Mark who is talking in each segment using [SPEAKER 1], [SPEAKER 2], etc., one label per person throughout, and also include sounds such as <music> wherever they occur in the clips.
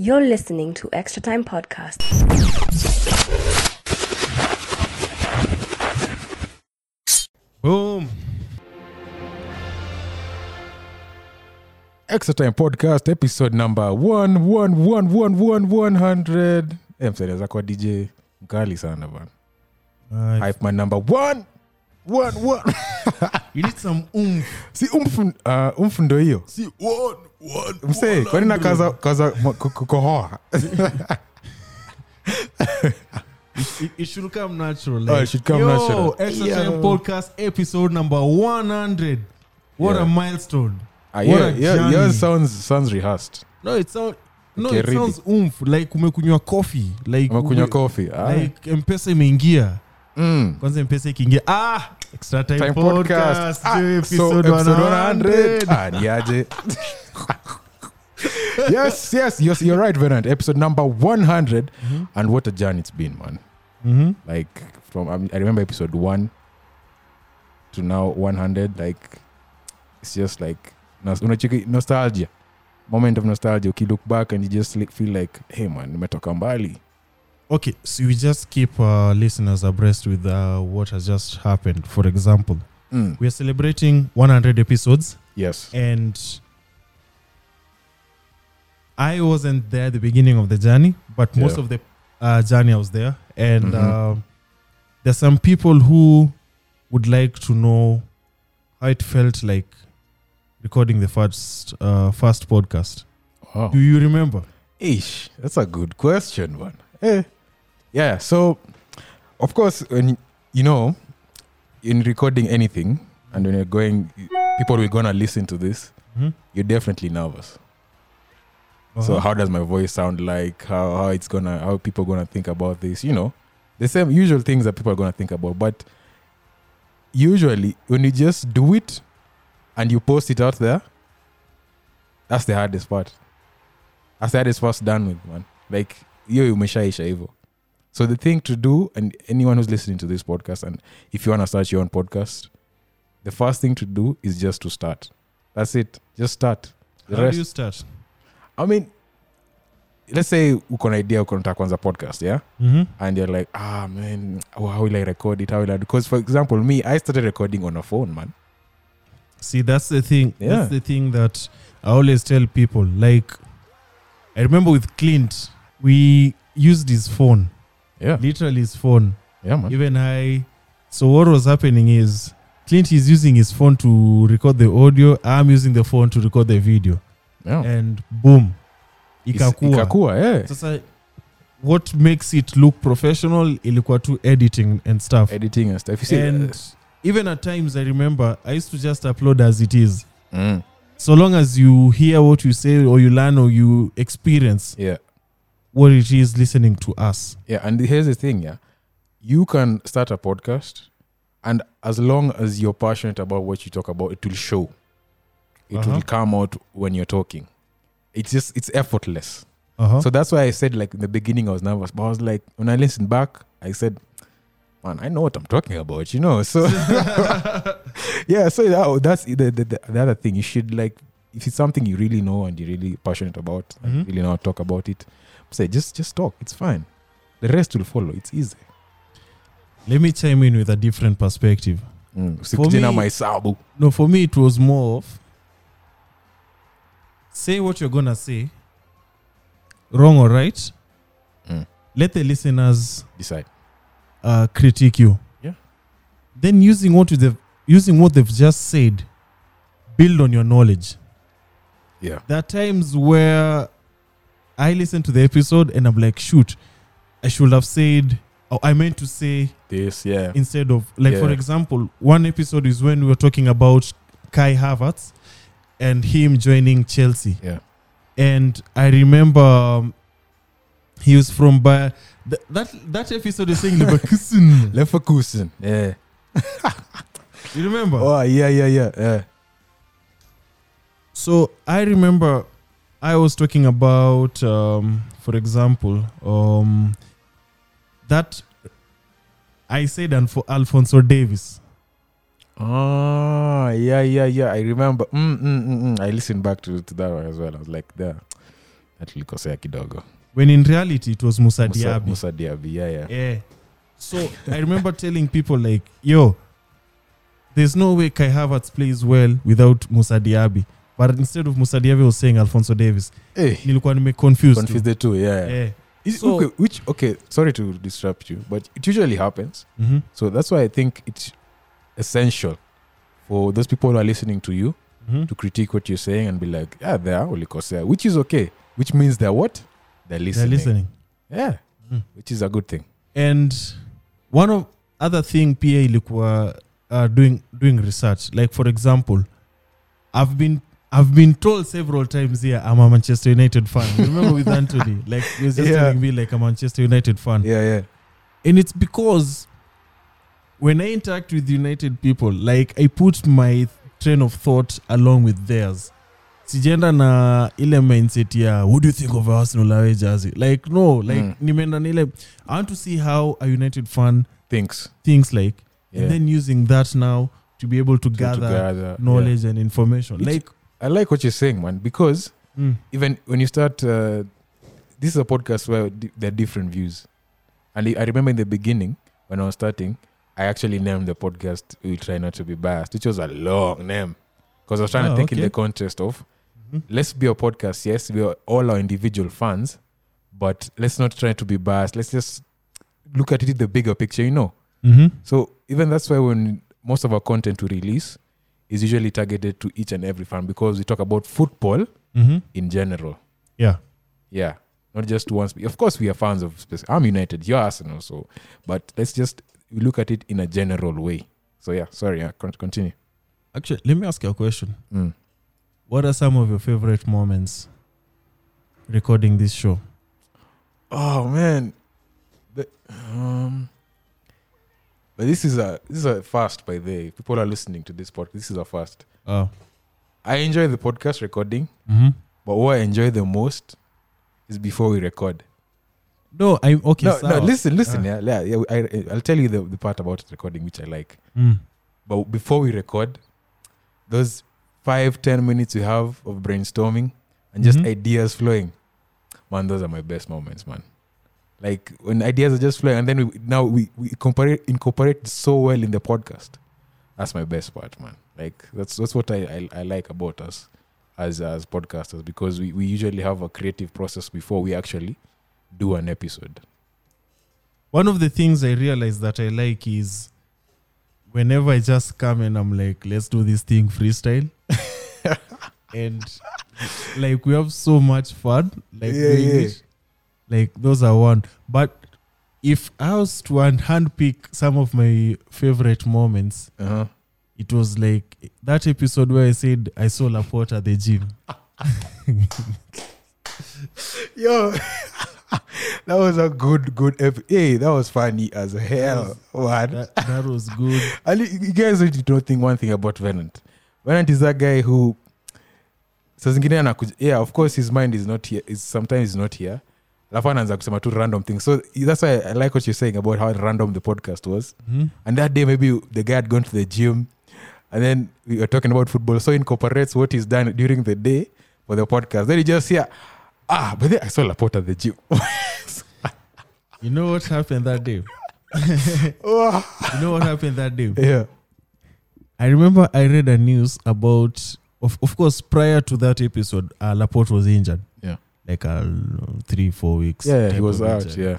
[SPEAKER 1] You're listening to Extra Time Podcast.
[SPEAKER 2] Boom. Extra Time Podcast, episode number 11111100. Eh, msaidia zako wa DJ mkali sana bana.
[SPEAKER 3] Nice.
[SPEAKER 2] Hype man number 1. One, one. <laughs>
[SPEAKER 3] You need some oomph.
[SPEAKER 2] si umfu, uh, umfu ndo hiyo
[SPEAKER 3] See, one, one,
[SPEAKER 2] msee kwani nakaza kaza mo- ku- ku- kukohoa
[SPEAKER 3] It, it should come natural. eh?
[SPEAKER 2] Oh, it should come
[SPEAKER 3] Yo,
[SPEAKER 2] natural.
[SPEAKER 3] Extra
[SPEAKER 2] Yo.
[SPEAKER 3] Time Podcast episode number 100. What
[SPEAKER 2] Yeah.
[SPEAKER 3] a milestone.
[SPEAKER 2] Ah,
[SPEAKER 3] What
[SPEAKER 2] yeah,
[SPEAKER 3] a
[SPEAKER 2] yeah,
[SPEAKER 3] journey.
[SPEAKER 2] yours sounds, sounds rehearsed
[SPEAKER 3] No, it, sound, no,
[SPEAKER 2] Okay,
[SPEAKER 3] it
[SPEAKER 2] read
[SPEAKER 3] sounds oomph. Like umekunywa coffee. Like,
[SPEAKER 2] amekunywa
[SPEAKER 3] ume-
[SPEAKER 2] kofi
[SPEAKER 3] Like mpesa imeingia.
[SPEAKER 2] mm.
[SPEAKER 3] Kwanza mpesa ikiingia. Ah! Extra Time,
[SPEAKER 2] time podcast
[SPEAKER 3] Podcast.
[SPEAKER 2] Ah,
[SPEAKER 3] Yo,
[SPEAKER 2] so,
[SPEAKER 3] episode 100.
[SPEAKER 2] 100. Ah, <laughs> niaje yes yes yes you're right Venant. episode number 100
[SPEAKER 3] Mm-hmm.
[SPEAKER 2] and what a journey it's been man
[SPEAKER 3] Mhm.
[SPEAKER 2] like from um, i remember episode 1 to now 100 like it's just like nos- unacheki nostalgia moment of nostalgia you look back and you just like, feel like hey man nimetoka mbali
[SPEAKER 3] Okay, so we just keep uh, listeners abreast with uh, what has just happened. For example,
[SPEAKER 2] mm.
[SPEAKER 3] we are celebrating 100 episodes.
[SPEAKER 2] yes
[SPEAKER 3] and I wasn't there at the beginning of the journey, but most
[SPEAKER 2] Yeah.
[SPEAKER 3] of the uh, journey I was there. And
[SPEAKER 2] Mhm.
[SPEAKER 3] uh, there's some people who would like to know how it felt like recording the first uh, first podcast.
[SPEAKER 2] wow
[SPEAKER 3] Do you remember?
[SPEAKER 2] Ish, that's a good question, man. Eh. Yeah, so of course, when y- you know, in recording anything and when you're going, people will gonna listen to this,
[SPEAKER 3] Mhm.
[SPEAKER 2] you're definitely nervous.
[SPEAKER 3] Uh-huh.
[SPEAKER 2] So how does my voice sound like? How how it's gonna how people gonna think about this? You know, the same usual things that people are gonna think about. But usually, when you just do it and you post it out there, that's the hardest part. That's the hardest part done with man. Like you umeshaisha hivyo. So the thing to do, and anyone who's listening to this podcast, and if you wanna start your own podcast, the first thing to do is just to start. That's it. Just start. The
[SPEAKER 3] How
[SPEAKER 2] rest-
[SPEAKER 3] do you start?
[SPEAKER 2] I mean, let's say uko na idea uko nataka kuanza podcast yeah
[SPEAKER 3] Mm-hmm.
[SPEAKER 2] and you're like ah man oh, how will i record it how will i because for example me i started recording on a phone man
[SPEAKER 3] See, that's the thing.
[SPEAKER 2] Yeah.
[SPEAKER 3] That's the thing that I always tell people. Like, I remember with Clint, we used his phone,
[SPEAKER 2] yeah
[SPEAKER 3] literally his phone.
[SPEAKER 2] yeah man
[SPEAKER 3] Even I. So what was happening is Clint is using his phone to record the audio. I'm using the phone to record the video,
[SPEAKER 2] yeah.
[SPEAKER 3] and boom,
[SPEAKER 2] Oh. Is-
[SPEAKER 3] ikakua.
[SPEAKER 2] ikakua yeah
[SPEAKER 3] Sasa, what makes it look professional? Ilikuwa tu editing and stuff.
[SPEAKER 2] editing and stuff you see
[SPEAKER 3] And even at times, I remember I used to just upload as it is.
[SPEAKER 2] mm,
[SPEAKER 3] so long as you hear what you say or you learn or you experience
[SPEAKER 2] yeah
[SPEAKER 3] what it is listening to us
[SPEAKER 2] yeah and here's the thing yeah you can start a podcast and as long as you're passionate about what you talk about it will show it
[SPEAKER 3] Uh-huh.
[SPEAKER 2] will come out when you're talking it's just it's effortless
[SPEAKER 3] uh-huh.
[SPEAKER 2] So that's why I said like in the beginning I was nervous, but I was like when I listened back, I said, "Man, I know what I'm talking about," you know. So <laughs> yeah, so that, that's the, the, the, the other thing. You should like if it's something you really know and you're really passionate about, and
[SPEAKER 3] Mhm.
[SPEAKER 2] really know how to talk about it. Say just just talk. It's fine. The rest will follow. It's easy.
[SPEAKER 3] let me chime in with a different perspective
[SPEAKER 2] Mm.
[SPEAKER 3] me-
[SPEAKER 2] maisabu.
[SPEAKER 3] no for me it was more of say what you're gonna say wrong or right
[SPEAKER 2] Mm.
[SPEAKER 3] let the listeners
[SPEAKER 2] Decide.
[SPEAKER 3] uh, critique you
[SPEAKER 2] Yeah.
[SPEAKER 3] then using what they've using what they've just said build on your knowledge
[SPEAKER 2] Yeah.
[SPEAKER 3] there are times where I listen to the episode and I'm like, shoot, I should have said, or I meant to say
[SPEAKER 2] This. Yeah.
[SPEAKER 3] instead of, like, for
[SPEAKER 2] Yeah.
[SPEAKER 3] example, one episode is when we were talking about Kai Havertz and him joining Chelsea.
[SPEAKER 2] Yeah.
[SPEAKER 3] And I remember um, he was from Bayer. Th- that that episode
[SPEAKER 2] <laughs>
[SPEAKER 3] is saying Leverkusen.
[SPEAKER 2] Leverkusen. Yeah.
[SPEAKER 3] You remember?
[SPEAKER 2] Oh yeah yeah yeah yeah.
[SPEAKER 3] So I remember I was talking about, um, for example, um, that I said and for Alfonso Davis.
[SPEAKER 2] Ah, yeah, yeah, yeah. I remember. Mm, mm, mm, mm. I listened back to, to that one as well. I was like, there. Na tulikosea kidogo
[SPEAKER 3] when in reality it was musa
[SPEAKER 2] Musa,
[SPEAKER 3] diaby
[SPEAKER 2] Musa Diaby, yeah, yeah.
[SPEAKER 3] yeah so i remember telling people like yo there's no way kai havertz plays well without musa diaby but instead of musa diaby I was saying alfonso davis
[SPEAKER 2] Hey,
[SPEAKER 3] nilikuwa nimeconfused
[SPEAKER 2] Eh, confused the two, yeah. yeah.
[SPEAKER 3] yeah.
[SPEAKER 2] Is-
[SPEAKER 3] So-
[SPEAKER 2] okay, which okay, sorry to disrupt you, but it usually happens.
[SPEAKER 3] Mhm.
[SPEAKER 2] So that's why I think it's essential for those people who are listening to you
[SPEAKER 3] Mhm.
[SPEAKER 2] to critique what you're saying and be like, yeah, they are ulikosea, which is okay, which means they're what? They're
[SPEAKER 3] They're
[SPEAKER 2] listening.
[SPEAKER 3] listening
[SPEAKER 2] Yeah,
[SPEAKER 3] Mm.
[SPEAKER 2] which is a good thing.
[SPEAKER 3] and one of other thing pa ilikuwa uh, doing doing research like for example i've been I've been told several times here I'm a Manchester United fan. You remember with Anthony? Like he was just
[SPEAKER 2] Yeah.
[SPEAKER 3] telling me like I'm a Manchester United fan.
[SPEAKER 2] Yeah, yeah.
[SPEAKER 3] And it's because when I interact with United people, like I put my train of thought along with theirs. Sijenda na ile mindset ya what do you think of Arsenal away jersey? Like no, like
[SPEAKER 2] Mm.
[SPEAKER 3] nimeenda na ile I want to see how a United fan
[SPEAKER 2] Thanks.
[SPEAKER 3] thinks like
[SPEAKER 2] Yeah.
[SPEAKER 3] and then using that now to be able to,
[SPEAKER 2] To- to
[SPEAKER 3] gather,
[SPEAKER 2] gather, yeah.
[SPEAKER 3] knowledge and information.
[SPEAKER 2] Which-
[SPEAKER 3] like
[SPEAKER 2] I like what you're saying, man, because
[SPEAKER 3] mm,
[SPEAKER 2] even when you start, uh, this is a podcast where di- there are different views. And I I remember in the beginning when I was starting, I actually named the podcast "We Try Not to Be Biased," which was a long name because I was trying
[SPEAKER 3] Ah,
[SPEAKER 2] to think in
[SPEAKER 3] okay.
[SPEAKER 2] the context of
[SPEAKER 3] Mhm.
[SPEAKER 2] let's be a podcast. Yes, we are all our individual fans, but let's not try to be biased. Let's just look at it in the bigger picture, you know.
[SPEAKER 3] mhm.
[SPEAKER 2] So even that's why when most of our content we release is usually targeted to each and every fan because we talk about football
[SPEAKER 3] Mhm.
[SPEAKER 2] in general.
[SPEAKER 3] Yeah.
[SPEAKER 2] Yeah. Not just one. Spe- of course, we are fans of. Spec- I'm United. You're Arsenal. So, but let's just look at it in a general way. So yeah. Sorry. Yeah. Con- continue.
[SPEAKER 3] Actually, let me ask you a question.
[SPEAKER 2] Mm.
[SPEAKER 3] What are some of your favorite moments recording this show?
[SPEAKER 2] Oh man. The, um. But this is a this is a fast by the way. people are listening to this podcast. This is a fast.
[SPEAKER 3] Oh.
[SPEAKER 2] I enjoy the podcast recording,
[SPEAKER 3] Mm-hmm.
[SPEAKER 2] but what I enjoy the most is before we record.
[SPEAKER 3] No, I'm okay.
[SPEAKER 2] no,
[SPEAKER 3] sawa.
[SPEAKER 2] no, listen, listen.
[SPEAKER 3] Ah.
[SPEAKER 2] Yeah, yeah, yeah I, I'll tell you the, the part about recording which I like.
[SPEAKER 3] Mm.
[SPEAKER 2] But before we record, those five, ten minutes we have of brainstorming and just
[SPEAKER 3] Mhm.
[SPEAKER 2] ideas flowing, man, those are my best moments, man. Like when ideas are just flowing, and then we now we, we incorporate incorporate so well in the podcast. That's my best part, man. Like that's that's what I, I, I like about us as as podcasters because we, we usually have a creative process before we actually do an episode.
[SPEAKER 3] One of the things I realize that I like is whenever I just come and I'm like, let's do this thing <laughs> freestyle. and like we have so much fun. Like
[SPEAKER 2] Yeah,
[SPEAKER 3] doing
[SPEAKER 2] yeah.
[SPEAKER 3] it. Like those are one. But if I was to hand- handpick some of my favorite moments,
[SPEAKER 2] Uh-huh.
[SPEAKER 3] it was like that episode where I said I saw Laporte at the gym.
[SPEAKER 2] Yo, <laughs> that was a good, good. Ep- hey, that was funny as hell, man.
[SPEAKER 3] That, that was <laughs> good.
[SPEAKER 2] And you you guys really don't think one thing about Venant. Venant is that guy who, saa zingine anakuja, yeah, of course his mind is not here, is sometimes is not here. Alafu anaanza kusema tu random things. So that's why I like what you're saying about how random the podcast was.
[SPEAKER 3] Mhm.
[SPEAKER 2] And that day, maybe the guy had gone to the gym, and then we were talking about football. So he incorporates what he's done during the day for the podcast. Then he just hear, ah, but then I saw Laporte at the gym. <laughs>
[SPEAKER 3] You know what happened that day?
[SPEAKER 2] Oh,
[SPEAKER 3] You know what happened that day?
[SPEAKER 2] yeah.
[SPEAKER 3] I remember I read a news about, of, of course, prior to that episode, uh, Laporte was injured.
[SPEAKER 2] Yeah.
[SPEAKER 3] Like uh, three, four weeks.
[SPEAKER 2] Yeah, he
[SPEAKER 3] type
[SPEAKER 2] was
[SPEAKER 3] of
[SPEAKER 2] out.
[SPEAKER 3] injury.
[SPEAKER 2] Yeah.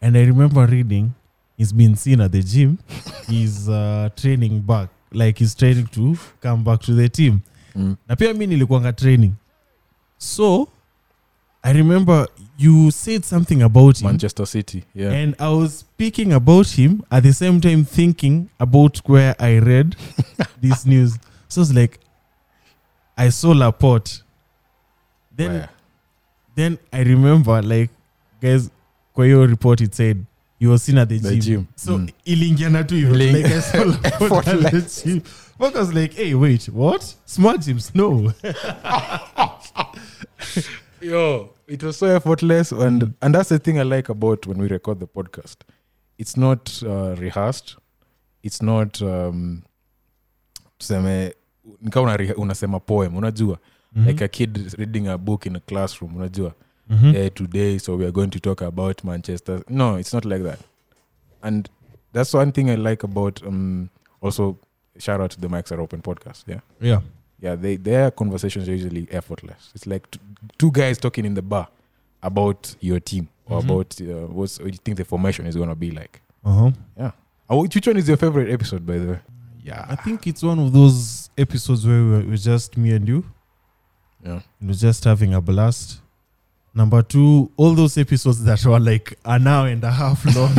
[SPEAKER 3] And I remember reading he's been seen at the
[SPEAKER 2] <laughs>
[SPEAKER 3] gym. he's uh, training back. Like he's training to come back to the team.
[SPEAKER 2] Mm.
[SPEAKER 3] na pia mi nilikuanga training so i remember you said something about him
[SPEAKER 2] Manchester City. Yeah.
[SPEAKER 3] and i was speaking about him at the same time thinking about where i
[SPEAKER 2] <laughs>
[SPEAKER 3] read this news so it's like i saw laporte then
[SPEAKER 2] Where?
[SPEAKER 3] then i remember like guys kwa hiyo report it said you were seen at the,
[SPEAKER 2] The
[SPEAKER 3] gym.
[SPEAKER 2] gym.
[SPEAKER 3] so
[SPEAKER 2] Mm.
[SPEAKER 3] ilingiana tu hivyo.
[SPEAKER 2] Iling-
[SPEAKER 3] like i
[SPEAKER 2] <laughs>
[SPEAKER 3] saw laporte at the gym Mark was like hey wait what smart gyms
[SPEAKER 2] <laughs>
[SPEAKER 3] no
[SPEAKER 2] Yo, it was so effortless, and and that's the thing I like about when we record the podcast. It's not uh, rehearsed. It's not um, tuseme ni kama una- unasema poem. Unajua
[SPEAKER 3] Mhm.
[SPEAKER 2] like a kid reading a book in a classroom unajua
[SPEAKER 3] Mhm.
[SPEAKER 2] eh, today so we are going to talk about manchester no it's not like that and that's one thing i like about um also shout out to the mics are open podcast yeah
[SPEAKER 3] yeah
[SPEAKER 2] yeah they their conversations are usually effortless it's like t- two guys talking in the bar about your team or
[SPEAKER 3] Mhm.
[SPEAKER 2] about uh, what's what you think the formation is going to be like
[SPEAKER 3] uh-huh.
[SPEAKER 2] oh, which which one is your favorite episode by the way
[SPEAKER 3] I think it's one of those episodes where we were just me and you.
[SPEAKER 2] Yeah.
[SPEAKER 3] It was just having a blast. Number two, all those episodes that were like an hour and a half
[SPEAKER 2] <laughs>
[SPEAKER 3] long.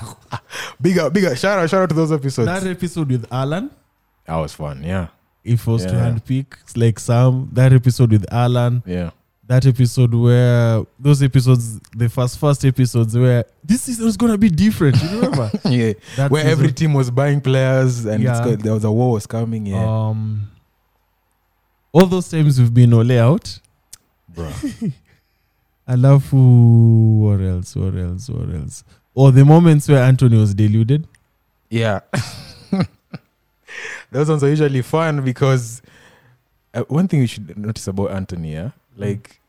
[SPEAKER 2] <laughs> bigger bigger shout out shout out to those episodes
[SPEAKER 3] that episode with Alan,
[SPEAKER 2] that was fun yeah
[SPEAKER 3] if I was to
[SPEAKER 2] Yeah.
[SPEAKER 3] handpick, it's like Sam. That episode with Alan.
[SPEAKER 2] yeah <laughs>
[SPEAKER 3] That episode where those episodes, the first first episodes where this season is gonna be different. You
[SPEAKER 2] <laughs>
[SPEAKER 3] remember?
[SPEAKER 2] yeah
[SPEAKER 3] That
[SPEAKER 2] where
[SPEAKER 3] season-
[SPEAKER 2] every team was buying players and it's
[SPEAKER 3] Yeah.
[SPEAKER 2] got, there was a war was coming yeah
[SPEAKER 3] um, all those times we've been all out.
[SPEAKER 2] bro
[SPEAKER 3] alafu what else what else what else or the moments where anthony was deluded
[SPEAKER 2] <laughs> Yeah. <laughs> Those ones are usually fun because uh, one thing you should notice about Anthony, yeah, like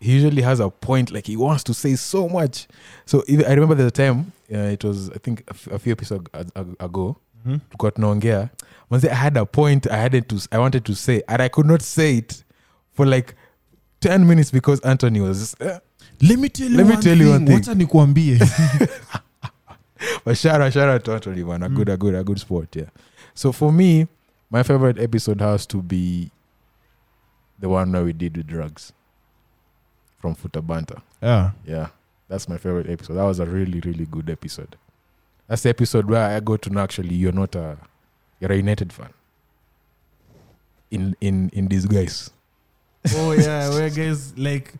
[SPEAKER 2] he usually has a point, like he wants to say so much. So if, I remember the time uh, it was, I think, a, f- a few episodes ag- ag- ago.
[SPEAKER 3] Mhm.
[SPEAKER 2] Got tunaongea manze i had a point i had to i wanted to say and i could not say it for like 10 minutes because anthony was just, uh,
[SPEAKER 3] let me tell you,
[SPEAKER 2] Let me
[SPEAKER 3] one,
[SPEAKER 2] tell
[SPEAKER 3] thing.
[SPEAKER 2] you one thing.
[SPEAKER 3] wacha nikuambie
[SPEAKER 2] <laughs> But shout out, shout out to Anthony, man. A good, a good, a good sport, yeah. So for me, my favorite episode has to be the one that we did with drugs from Futabanta.
[SPEAKER 3] yeah
[SPEAKER 2] Yeah, that's my favorite episode. That was a really, really good episode. That's the episode where I got to know actually you're not a you're a United fan. In in in disguise.
[SPEAKER 3] oh yeah where guys like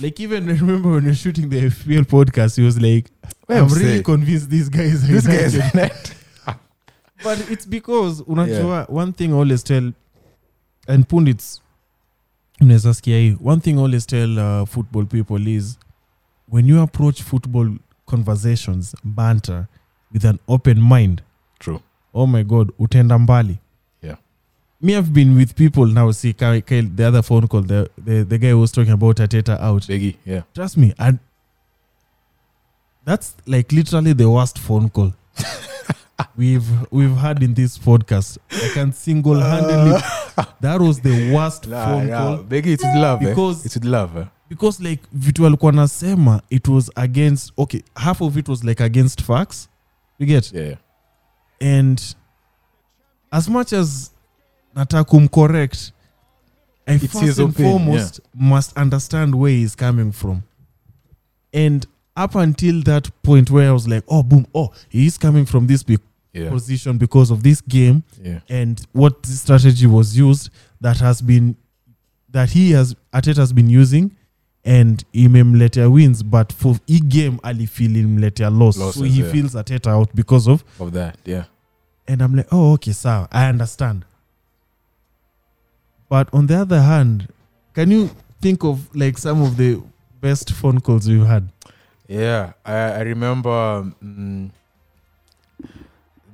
[SPEAKER 3] like even remember when we we're shooting the fpl podcast he was like i'm
[SPEAKER 2] Say,
[SPEAKER 3] really convinced these guys are
[SPEAKER 2] this guy is
[SPEAKER 3] United." <laughs>
[SPEAKER 2] United.
[SPEAKER 3] but it's because unajua one thing I always tell and pundits mnaweza sikia hii one thing I always tell uh, football people is when you approach football conversations banter with an open mind
[SPEAKER 2] True.
[SPEAKER 3] oh my god utaenda mbali
[SPEAKER 2] Yeah.
[SPEAKER 3] me i've been with people now see Kyle, Kyle, the other phone call the, the, the guy who was talking about ateta out
[SPEAKER 2] Biggie, yeah.
[SPEAKER 3] trust me and that's like literally the worst phone
[SPEAKER 2] <laughs>
[SPEAKER 3] call we've we've had in this podcast i can single-handedly that was the worst
[SPEAKER 2] Uh. Nah,
[SPEAKER 3] phone
[SPEAKER 2] nah.
[SPEAKER 3] call
[SPEAKER 2] Biggie, it's with love. eh.
[SPEAKER 3] Because-
[SPEAKER 2] It's with love. eh.
[SPEAKER 3] because like vitu alikuwa nasema it was against okay half of it was like against facts you get
[SPEAKER 2] Yeah.
[SPEAKER 3] and as much as nataka kumcorrect i
[SPEAKER 2] It's his
[SPEAKER 3] first and
[SPEAKER 2] opinion,
[SPEAKER 3] foremost must understand where he's coming from and up until that point where i was like oh boom oh he's coming from this big
[SPEAKER 2] Yeah.
[SPEAKER 3] position because of this game
[SPEAKER 2] Yeah.
[SPEAKER 3] and what this strategy was used that has been that he has Ateta has been using and imemletea wins but for e game alifeel imletea loss so
[SPEAKER 2] Losses,
[SPEAKER 3] he
[SPEAKER 2] yeah.
[SPEAKER 3] feels Ateta out because of
[SPEAKER 2] Of that. Yeah.
[SPEAKER 3] and I'm like, oh, okay, sir, I understand. But on the other hand, can you think of like some of the best phone calls we've had?
[SPEAKER 2] Yeah, I, I remember um, mm,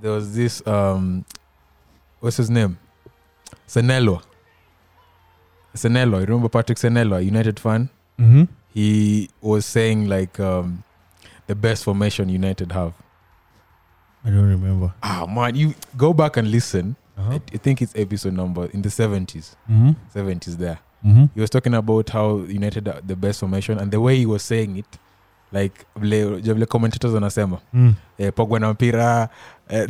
[SPEAKER 2] there was this um, what's his name, Senello. Senello, you remember Patrick Senello, United fan?
[SPEAKER 3] Mm-hmm.
[SPEAKER 2] He was saying like um, the best formation United have.
[SPEAKER 3] I don't remember.
[SPEAKER 2] Ah man, you go back and listen.
[SPEAKER 3] Uh-huh.
[SPEAKER 2] I, I think it's episode number in the seventies,
[SPEAKER 3] Mm-hmm.
[SPEAKER 2] seventies there.
[SPEAKER 3] Mm-hmm.
[SPEAKER 2] he was talking about how United are the best formation and the way he was saying it, like vile vile commentators wanasema
[SPEAKER 3] Mm.
[SPEAKER 2] eh, Pogba na mpira eh,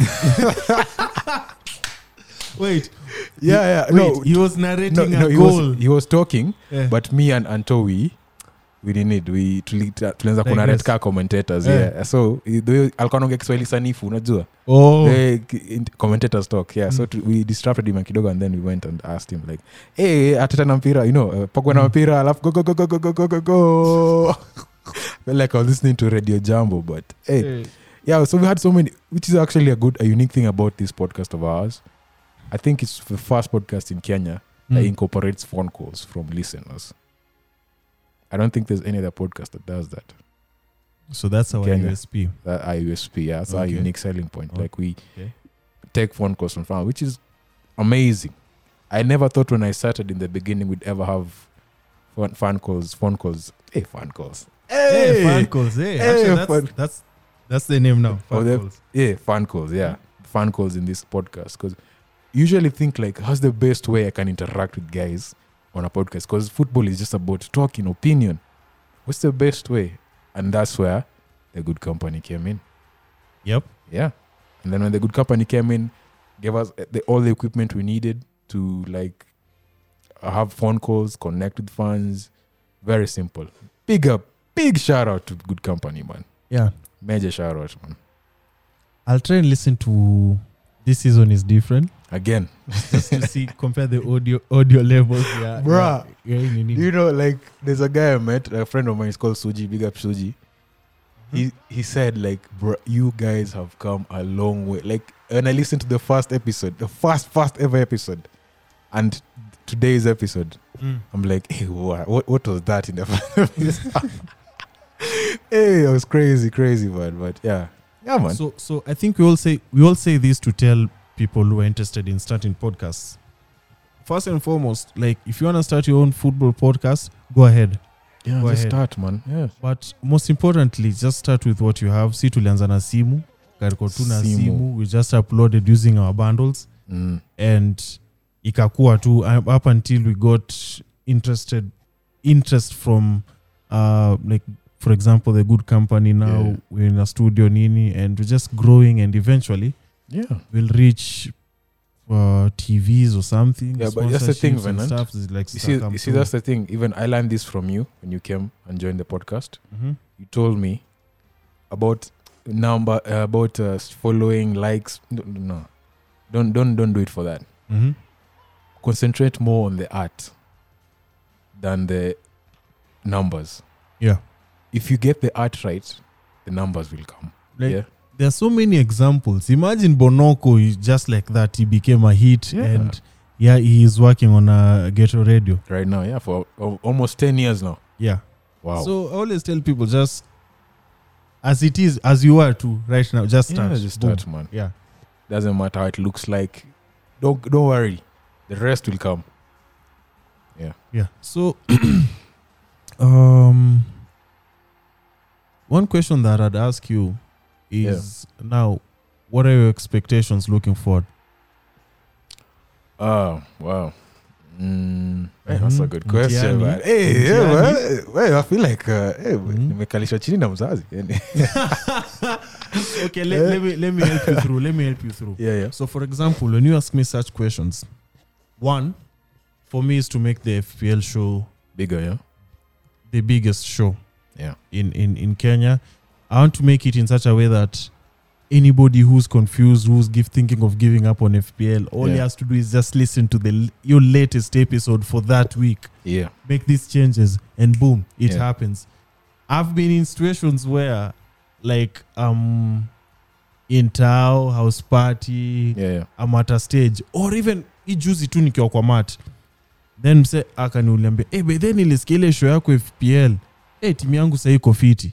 [SPEAKER 3] Wait,
[SPEAKER 2] yeah, yeah,
[SPEAKER 3] wait,
[SPEAKER 2] no,
[SPEAKER 3] he was
[SPEAKER 2] no,
[SPEAKER 3] narrating
[SPEAKER 2] no,
[SPEAKER 3] a
[SPEAKER 2] he
[SPEAKER 3] goal.
[SPEAKER 2] was he was talking,
[SPEAKER 3] yeah.
[SPEAKER 2] but me and Antowi we didn't need we tuli- tulianza kuna
[SPEAKER 3] Digress.
[SPEAKER 2] red car commentators
[SPEAKER 3] Eh.
[SPEAKER 2] yeah, so eh, the way alikuwa anaongea Kiswahili sanifu unajua
[SPEAKER 3] oh, Mm.
[SPEAKER 2] Eh, k- in- commentators talk yeah so tu- we disrupted him kidogo and then we went and asked him like hey ateta na mpira you know uh, pogwa na
[SPEAKER 3] Mm.
[SPEAKER 2] mpira alafu go go go go go go go go go <laughs> Felt like I was listening to Radio Jambo but hey
[SPEAKER 3] eh,
[SPEAKER 2] yeah so we had so many which is actually a good a unique thing about this podcast of ours I think it's the first podcast in Kenya that
[SPEAKER 3] mm.
[SPEAKER 2] incorporates phone calls from listeners I don't think there's any other podcast that does that
[SPEAKER 3] So that's our
[SPEAKER 2] Kenya.
[SPEAKER 3] USP.
[SPEAKER 2] that IUSP. Yeah, that's our
[SPEAKER 3] Okay.
[SPEAKER 2] unique selling point.
[SPEAKER 3] Okay.
[SPEAKER 2] Like we
[SPEAKER 3] Okay.
[SPEAKER 2] take phone calls from fans, which is amazing. I never thought when I started in the beginning we'd ever have phone, phone calls, phone calls, hey, phone calls,
[SPEAKER 3] Hey,
[SPEAKER 2] hey,
[SPEAKER 3] fan calls. Hey,
[SPEAKER 2] Hey,
[SPEAKER 3] actually, that's,
[SPEAKER 2] fan-
[SPEAKER 3] that's that's the name now.
[SPEAKER 2] Oh,
[SPEAKER 3] Fan
[SPEAKER 2] they've-
[SPEAKER 3] calls.
[SPEAKER 2] yeah, phone calls, yeah, phone calls in this podcast because usually think like how's the best way I can interact with guys on a podcast because football is just about talking opinion. What's the best way? And that's where the good company came in.
[SPEAKER 3] Yep.
[SPEAKER 2] Yeah. And then when the good company came in, gave us eh, the, all the equipment we needed to like have phone calls, connect with fans. Very simple. Big up, big shout out to good company, man.
[SPEAKER 3] Yeah.
[SPEAKER 2] Major shout out, man.
[SPEAKER 3] I'll try and listen to this season is different
[SPEAKER 2] Again,
[SPEAKER 3] just to see compare the audio audio levels. Yeah,
[SPEAKER 2] Bruh.
[SPEAKER 3] Yeah, yeah, you need.
[SPEAKER 2] you know, like there's a guy I met, a friend of mine is called Suji. Big up Suji. He he said like, bro, you guys have come a long way. Like when I listened to the first episode, the first first ever episode, and today's episode,
[SPEAKER 3] Mm.
[SPEAKER 2] I'm like, hey, what, what, what was that in the <laughs> film? <laughs> hey, it was crazy, crazy, man. But yeah, yeah, man.
[SPEAKER 3] So so I think we all say we all say this to tell people who are interested in starting podcasts. First and foremost, like if you want to start your own football podcast, go ahead.
[SPEAKER 2] yeah,
[SPEAKER 3] go
[SPEAKER 2] just
[SPEAKER 3] ahead.
[SPEAKER 2] start, man. Yeah,
[SPEAKER 3] But most importantly, just start with what you have. Si tulianza na simu, karikotuna
[SPEAKER 2] Simu.
[SPEAKER 3] simu. simu. We just uploaded using our bundles
[SPEAKER 2] mm.
[SPEAKER 3] and ikakuwa tu uh, up until we got interested interest from uh, like for example the good company now
[SPEAKER 2] Yeah.
[SPEAKER 3] we're in a studio nini and we're just growing and eventually
[SPEAKER 2] yeah,
[SPEAKER 3] we'll reach uh, TVs or something.
[SPEAKER 2] Yeah, but that's the thing,
[SPEAKER 3] sponsorships and
[SPEAKER 2] Venant.
[SPEAKER 3] stuff is like
[SPEAKER 2] you
[SPEAKER 3] start
[SPEAKER 2] see,
[SPEAKER 3] come
[SPEAKER 2] you see,
[SPEAKER 3] through.
[SPEAKER 2] that's the thing. Even I learned this from you when you came and joined the podcast.
[SPEAKER 3] Mhm.
[SPEAKER 2] You told me about number uh, about uh, following likes. No, no, no. don't don't don't do it for that.
[SPEAKER 3] Mhm.
[SPEAKER 2] Concentrate more on the art than the numbers.
[SPEAKER 3] Yeah.
[SPEAKER 2] If you get the art right, the numbers will come.
[SPEAKER 3] Like,
[SPEAKER 2] yeah.
[SPEAKER 3] there are so many examples. Imagine Bonoko is just like that. He became a hit,
[SPEAKER 2] Yeah.
[SPEAKER 3] and yeah, he is working on a ghetto radio.
[SPEAKER 2] right now yeah for al- almost 10 years now
[SPEAKER 3] Yeah.
[SPEAKER 2] wow
[SPEAKER 3] So I always tell people just as it is, as you are too right now, just start.
[SPEAKER 2] yeah, just
[SPEAKER 3] Boom.
[SPEAKER 2] start man
[SPEAKER 3] Yeah.
[SPEAKER 2] doesn't matter how it looks like don't don't worry the rest will come
[SPEAKER 3] Yeah. So, <clears throat> um, one question that I'd ask you is now, what are your expectations looking forward?
[SPEAKER 2] oh wow Mm, eh, that's a
[SPEAKER 3] Mhm.
[SPEAKER 2] good question
[SPEAKER 3] Mtihani.
[SPEAKER 2] man. Hey, yeah,
[SPEAKER 3] Mtihani.
[SPEAKER 2] man. Eh, well, I feel like uh, hey,
[SPEAKER 3] Mhm.
[SPEAKER 2] nimekalishwa chini na mzazi
[SPEAKER 3] <laughs>
[SPEAKER 2] yani.
[SPEAKER 3] <laughs> okay,
[SPEAKER 2] let- let
[SPEAKER 3] me let me help you through. Let me help you through.
[SPEAKER 2] yeah, yeah.
[SPEAKER 3] So, for example, when you ask me such questions, one for me is to make the FPL show
[SPEAKER 2] Bigger, yeah.
[SPEAKER 3] the biggest show
[SPEAKER 2] Yeah.
[SPEAKER 3] in, in, in Kenya. I want to make it in such a way that anybody who's confused, who's give, thinking of giving up on FPL, all he
[SPEAKER 2] Yeah.
[SPEAKER 3] has to do is just listen to the l- your latest episode for that week,
[SPEAKER 2] Yeah.
[SPEAKER 3] make these changes, and boom, it
[SPEAKER 2] Yeah.
[SPEAKER 3] happens. I've been in situations where, like, um, in Tao, house party,
[SPEAKER 2] Yeah, yeah.
[SPEAKER 3] I'm at a stage or even hii juzi tu nikiwa kwa mat then mse akaniuliambia hey, bedhe nilisikia ile show yako fpl hey, Eh, timu yangu sahii iko fiti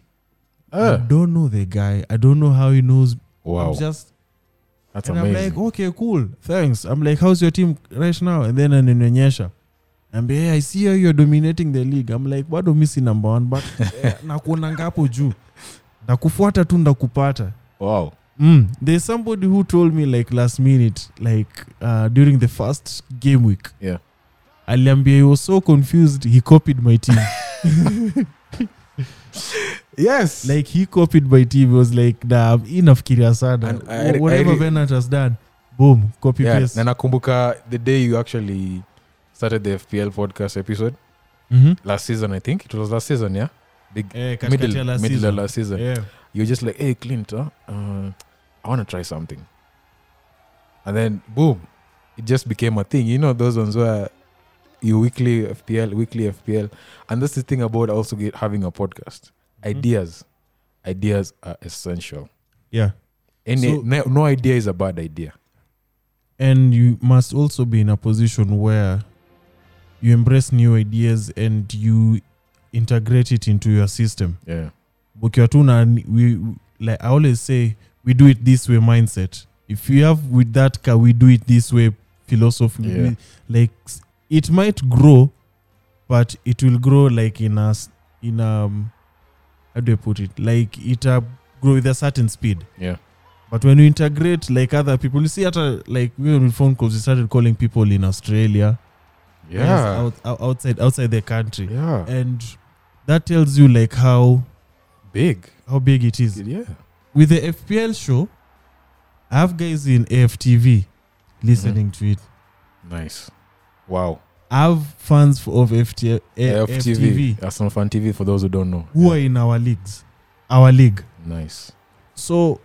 [SPEAKER 3] i
[SPEAKER 2] Ah,
[SPEAKER 3] don't know the guy i don't know how he knows
[SPEAKER 2] wow.
[SPEAKER 3] I'm just,
[SPEAKER 2] That's
[SPEAKER 3] and
[SPEAKER 2] amazing.
[SPEAKER 3] i'm like okay cool thanks i'm like how's your team right now and then ananionyesha ambia hey, i see how you're dominating the league i'm like bado mi si number one but yeah, nakuonanga hapo juu nakufuata tu ndakupata
[SPEAKER 2] wow.
[SPEAKER 3] Mm, there's somebody who told me like last minute, like uh, during the first game week.
[SPEAKER 2] Yeah.
[SPEAKER 3] Aliambia, he was so confused. He copied my
[SPEAKER 2] <laughs>
[SPEAKER 3] team.
[SPEAKER 2] Yes.
[SPEAKER 3] like he copied my team. He was like, nah, I'm inafikiria sana.
[SPEAKER 2] And I-
[SPEAKER 3] Wh- Whatever
[SPEAKER 2] I-
[SPEAKER 3] Bernard has done, boom, copy
[SPEAKER 2] yeah,
[SPEAKER 3] paste.
[SPEAKER 2] na nakumbuka the day you actually started the FPL podcast episode
[SPEAKER 3] mm-hmm.
[SPEAKER 2] last season, I think it was last season, yeah. Big
[SPEAKER 3] eh, katikati
[SPEAKER 2] middle,
[SPEAKER 3] ya last
[SPEAKER 2] middle
[SPEAKER 3] season.
[SPEAKER 2] of last season.
[SPEAKER 3] Yeah.
[SPEAKER 2] You're just like, hey, Clint, huh? uh, I want to try something, and then boom, it just became a thing. You know those ones where you weekly FPL, weekly FPL, and that's the thing about also get, having a podcast. Ideas, ideas are essential.
[SPEAKER 3] yeah.
[SPEAKER 2] Any
[SPEAKER 3] So-
[SPEAKER 2] no, no idea is a bad idea.
[SPEAKER 3] And you must also be in a position where you embrace new ideas and you integrate it into your system.
[SPEAKER 2] Yeah,
[SPEAKER 3] ukiwa tu na we, like I always say we do it this way mindset if you have with that car we do it this way philosophy
[SPEAKER 2] Yeah.
[SPEAKER 3] like s- it might grow but it will grow like in a s- in um how do i put it like it uh, grow with a certain speed
[SPEAKER 2] Yeah.
[SPEAKER 3] but when you integrate like other people you see after like we were on phone calls we started calling people in australia
[SPEAKER 2] Yeah.
[SPEAKER 3] out, out- outside outside the country
[SPEAKER 2] Yeah.
[SPEAKER 3] and that tells you like how
[SPEAKER 2] Big.
[SPEAKER 3] how big it is
[SPEAKER 2] Yeah.
[SPEAKER 3] with the FPL show, I have guys in AFTV listening
[SPEAKER 2] Mm-hmm.
[SPEAKER 3] to it.
[SPEAKER 2] Nice. Wow.
[SPEAKER 3] I have fans f- of FT,
[SPEAKER 2] FTV.
[SPEAKER 3] FTV
[SPEAKER 2] Arsenal Fan TV for those who don't know.
[SPEAKER 3] who are in our leagues, our league.
[SPEAKER 2] Nice.
[SPEAKER 3] So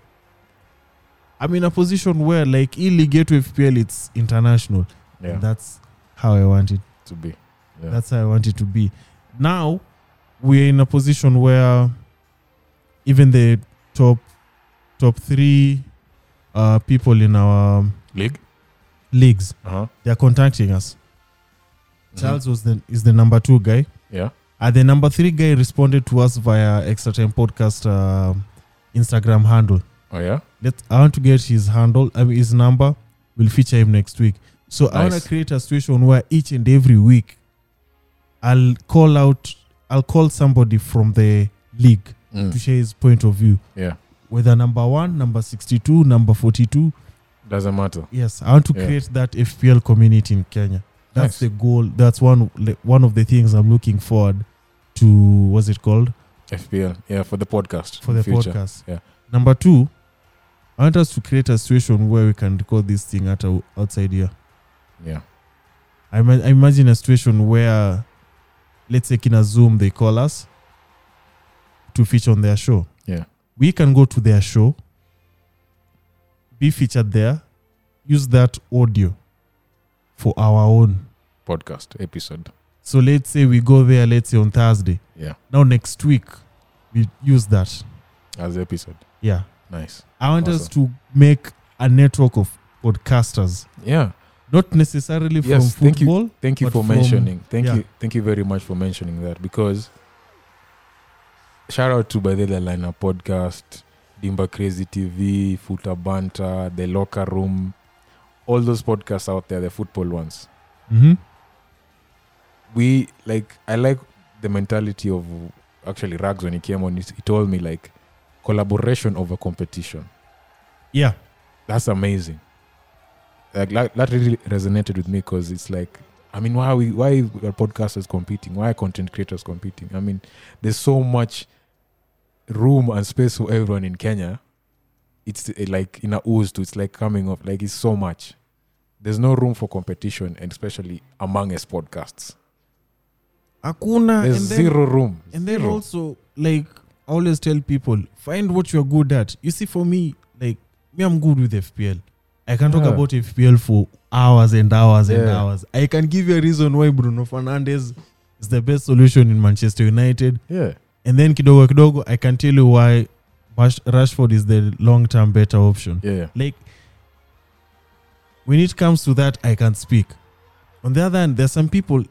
[SPEAKER 3] I'm in a position where, like, e league to FPL, it's international.
[SPEAKER 2] Yeah.
[SPEAKER 3] That's how I want it.
[SPEAKER 2] to be. Yeah.
[SPEAKER 3] That's how I want it to be. Now we're in a position where even the top top three uh, people in our um,
[SPEAKER 2] League.
[SPEAKER 3] leagues
[SPEAKER 2] Uh huh.
[SPEAKER 3] they're contacting us.
[SPEAKER 2] Mm-hmm.
[SPEAKER 3] Charles was the is the number two guy.
[SPEAKER 2] Yeah.
[SPEAKER 3] Uh, the number three guy responded to us via Extra Time Podcast uh, Instagram handle.
[SPEAKER 2] Oh yeah.
[SPEAKER 3] Let I want to get his handle, I mean his number. We'll feature him next week. So I want
[SPEAKER 2] Nice.
[SPEAKER 3] to create a situation where each and every week, I'll call out, I'll call somebody from the league to
[SPEAKER 2] Mm.
[SPEAKER 3] share his point of view.
[SPEAKER 2] Yeah.
[SPEAKER 3] Whether number one, number sixty-two, number forty-two,
[SPEAKER 2] Doesn't matter.
[SPEAKER 3] Yes, I want to
[SPEAKER 2] Yeah.
[SPEAKER 3] create that FPL community in Kenya. That's the
[SPEAKER 2] Nice.
[SPEAKER 3] goal. That's one le- one of the things I'm looking forward to. What's it called
[SPEAKER 2] FPL. Yeah, for the podcast.
[SPEAKER 3] for the
[SPEAKER 2] future.
[SPEAKER 3] podcast?
[SPEAKER 2] Yeah.
[SPEAKER 3] Number two, I want us to create a situation where we can record this thing at a, outside here.
[SPEAKER 2] Yeah.
[SPEAKER 3] I, ma- I imagine a situation where, let's say, in a Zoom, they call us to feature on their show.
[SPEAKER 2] Yeah.
[SPEAKER 3] We can go to their show, be featured there, use that audio for our own.
[SPEAKER 2] Podcast episode.
[SPEAKER 3] So let's say we go there, let's say on Thursday.
[SPEAKER 2] Yeah.
[SPEAKER 3] Now next week, we use that.
[SPEAKER 2] As the episode.
[SPEAKER 3] Yeah.
[SPEAKER 2] Nice.
[SPEAKER 3] I want us
[SPEAKER 2] Awesome.
[SPEAKER 3] to make a network of podcasters,
[SPEAKER 2] Yeah.
[SPEAKER 3] not necessarily from
[SPEAKER 2] Yes, thank you.
[SPEAKER 3] football.
[SPEAKER 2] Thank you
[SPEAKER 3] But
[SPEAKER 2] for
[SPEAKER 3] from-
[SPEAKER 2] mentioning. Thank
[SPEAKER 3] yeah.
[SPEAKER 2] you. Thank you very much for mentioning that because shout out to by the other liner podcast, Dimba Crazy TV, Futa Banta, The Locker Room, all those podcasts out there, the football ones.
[SPEAKER 3] Mhm.
[SPEAKER 2] We like I like the mentality of actually Rags when he came on. He, he told me like collaboration over competition.
[SPEAKER 3] Yeah.
[SPEAKER 2] That's amazing. Like that, that really resonated with me because it's like, I mean, why are we why are podcasters competing? Why are content creators competing? I mean, there's so much room and space for everyone in Kenya. It's eh, like in a ooze too. It's like coming up. Like it's so much. There's no room for competition, and especially among us podcasts.
[SPEAKER 3] Hakuna.
[SPEAKER 2] There's
[SPEAKER 3] Uh, and then-
[SPEAKER 2] zero room.
[SPEAKER 3] And then
[SPEAKER 2] Zero.
[SPEAKER 3] also, like, I always tell people, find what you're good at. You see, for me, like, me, I'm good with FPL. I can talk
[SPEAKER 2] Yeah.
[SPEAKER 3] about FPL for hours and hours and
[SPEAKER 2] Yeah.
[SPEAKER 3] hours. I can give you a reason why Bruno Fernandes is the best solution in Manchester United.
[SPEAKER 2] yeah,
[SPEAKER 3] And then kidogo kidogo, I can tell you why Mash- Rashford is the long-term better option.
[SPEAKER 2] yeah,
[SPEAKER 3] Like, when it comes to that, I can speak. On the other hand, there's some people,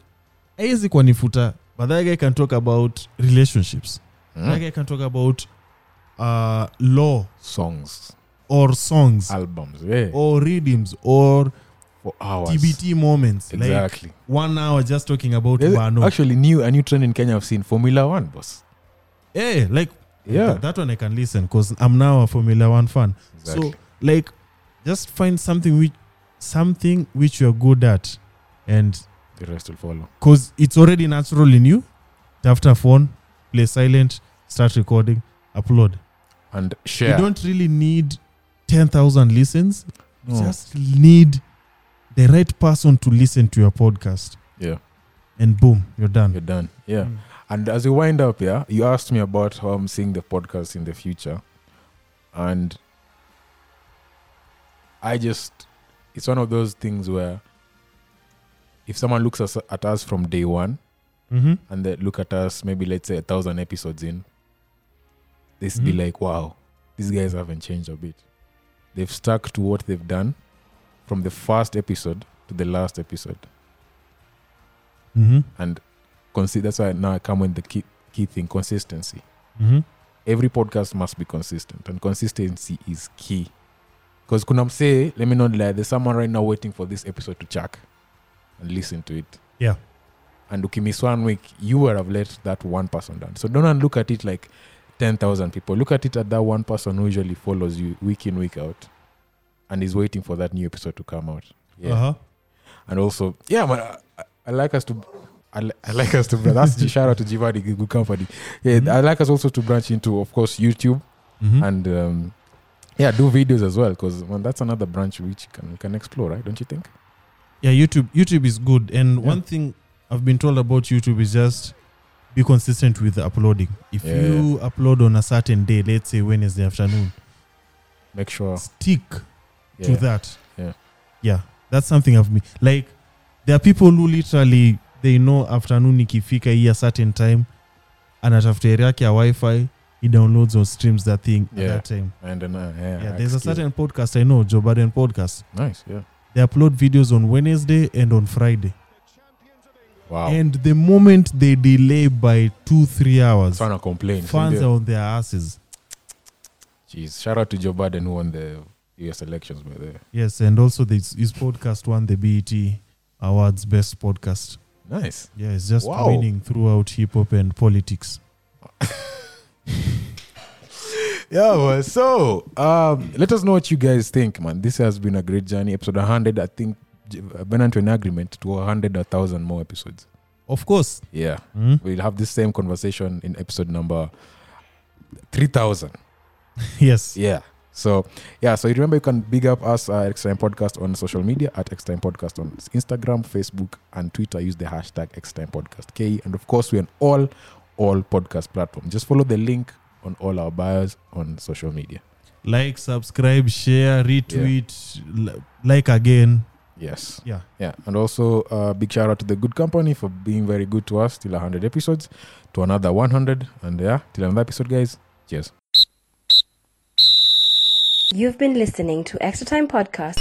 [SPEAKER 3] easy kwanifuta, but that guy can talk about relationships.
[SPEAKER 2] Mm.
[SPEAKER 3] That guy can talk about uh, law
[SPEAKER 2] songs,
[SPEAKER 3] or songs
[SPEAKER 2] albums, Ah, yeah,
[SPEAKER 3] or rhythms or
[SPEAKER 2] for hours.
[SPEAKER 3] TBT moments. Like
[SPEAKER 2] Exactly.
[SPEAKER 3] one hour just talking about
[SPEAKER 2] There's
[SPEAKER 3] Bano.
[SPEAKER 2] Actually, new a new trend in Kenya I've seen Formula One, boss.
[SPEAKER 3] yeah, like
[SPEAKER 2] Yeah,
[SPEAKER 3] that one I can listen because I'm now a Formula One fan.
[SPEAKER 2] exactly.
[SPEAKER 3] So like just find something which something which you're good at and
[SPEAKER 2] the rest will follow.
[SPEAKER 3] because it's already natural in you. After phone, play silent, start recording, upload.
[SPEAKER 2] And share.
[SPEAKER 3] You don't really need 10,000 listens. You
[SPEAKER 2] No.
[SPEAKER 3] just need the right person to listen to your podcast.
[SPEAKER 2] Yeah.
[SPEAKER 3] And boom, you're done.
[SPEAKER 2] You're done. Yeah.
[SPEAKER 3] Mm.
[SPEAKER 2] And as we wind up, yeah, you asked me about how I'm seeing the podcast in the future. And I just, it's one of those things where if someone looks us- at us from day one
[SPEAKER 3] Mm-hmm.
[SPEAKER 2] and they look at us, maybe let's say a thousand episodes in, they'll be
[SPEAKER 3] Mhm.
[SPEAKER 2] like, wow, these guys haven't changed a bit. They've stuck to what they've done from the first episode to the last episode.
[SPEAKER 3] Mm-hmm.
[SPEAKER 2] Consi- that's why now I come with the key, key thing consistency.
[SPEAKER 3] Mm-hmm.
[SPEAKER 2] Every podcast must be consistent, and consistency is key. because kuna msee let me not lie there's someone right now waiting for this episode to chuck and listen to it
[SPEAKER 3] Yeah.
[SPEAKER 2] and ukimiss one week you would have let that one person down so don't look at it like 10000 people look at it at that one person who usually follows you week in week out and is waiting for that new episode to come out yeah
[SPEAKER 3] Uh-huh.
[SPEAKER 2] and also yeah man, I- I, I like us to I, li- I like us to that's shout out to Jivadi good company yeah
[SPEAKER 3] Mhm.
[SPEAKER 2] I like us also to branch into of course YouTube
[SPEAKER 3] Mhm.
[SPEAKER 2] and um, yeah do videos as well because man, that's another branch which can we can explore right don't you think
[SPEAKER 3] yeah youtube youtube is good and
[SPEAKER 2] Yeah.
[SPEAKER 3] one thing i've been told about youtube is just be consistent with uploading if
[SPEAKER 2] Yeah.
[SPEAKER 3] you upload on a certain day let's say wednesday afternoon
[SPEAKER 2] make sure
[SPEAKER 3] stick
[SPEAKER 2] Oh. yeah,
[SPEAKER 3] to that
[SPEAKER 2] Yeah.
[SPEAKER 3] yeah that's something of me like there are people who literally they know afternoon ikifika hii a certain time anatafuta area yake ya wifi he downloads or streams that thing at
[SPEAKER 2] Yeah.
[SPEAKER 3] that time
[SPEAKER 2] and then uh, yeah,
[SPEAKER 3] yeah,
[SPEAKER 2] I
[SPEAKER 3] there's a
[SPEAKER 2] skip.
[SPEAKER 3] certain podcast i know joe Biden podcast
[SPEAKER 2] nice yeah
[SPEAKER 3] they upload videos on wednesday and on friday
[SPEAKER 2] wow
[SPEAKER 3] and the moment they delay by two three hours
[SPEAKER 2] trying to complain
[SPEAKER 3] fans are on their asses
[SPEAKER 2] jeez shout out to Joe Biden who won the US elections by the way
[SPEAKER 3] yes and also this his podcast won the bet awards best podcast
[SPEAKER 2] nice
[SPEAKER 3] yeah it's just
[SPEAKER 2] Wow.
[SPEAKER 3] winning throughout hip-hop and politics
[SPEAKER 2] yeah well, so um let us know what you guys think man this has been a great journey episode 100 i think J- uh, went into an agreement to 100 a 1000 more episodes
[SPEAKER 3] of course
[SPEAKER 2] yeah
[SPEAKER 3] Hmm?
[SPEAKER 2] we'll have this same conversation in episode number 3000
[SPEAKER 3] yes
[SPEAKER 2] yeah so yeah so you remember you can big up us uh, extra time podcast on social media at extra time podcast on instagram facebook and twitter use the hashtag extra time podcast k and of course we're on all all podcast platforms just follow the link on all our bios on social media
[SPEAKER 3] like subscribe share retweet li- like again
[SPEAKER 2] yes
[SPEAKER 3] yeah
[SPEAKER 2] Yeah, and also uh, big shout out to the good company for being very good to us till 100 episodes, to another 100, and yeah, till another episode, guys. Cheers.
[SPEAKER 1] You've been listening to Extra Time Podcast.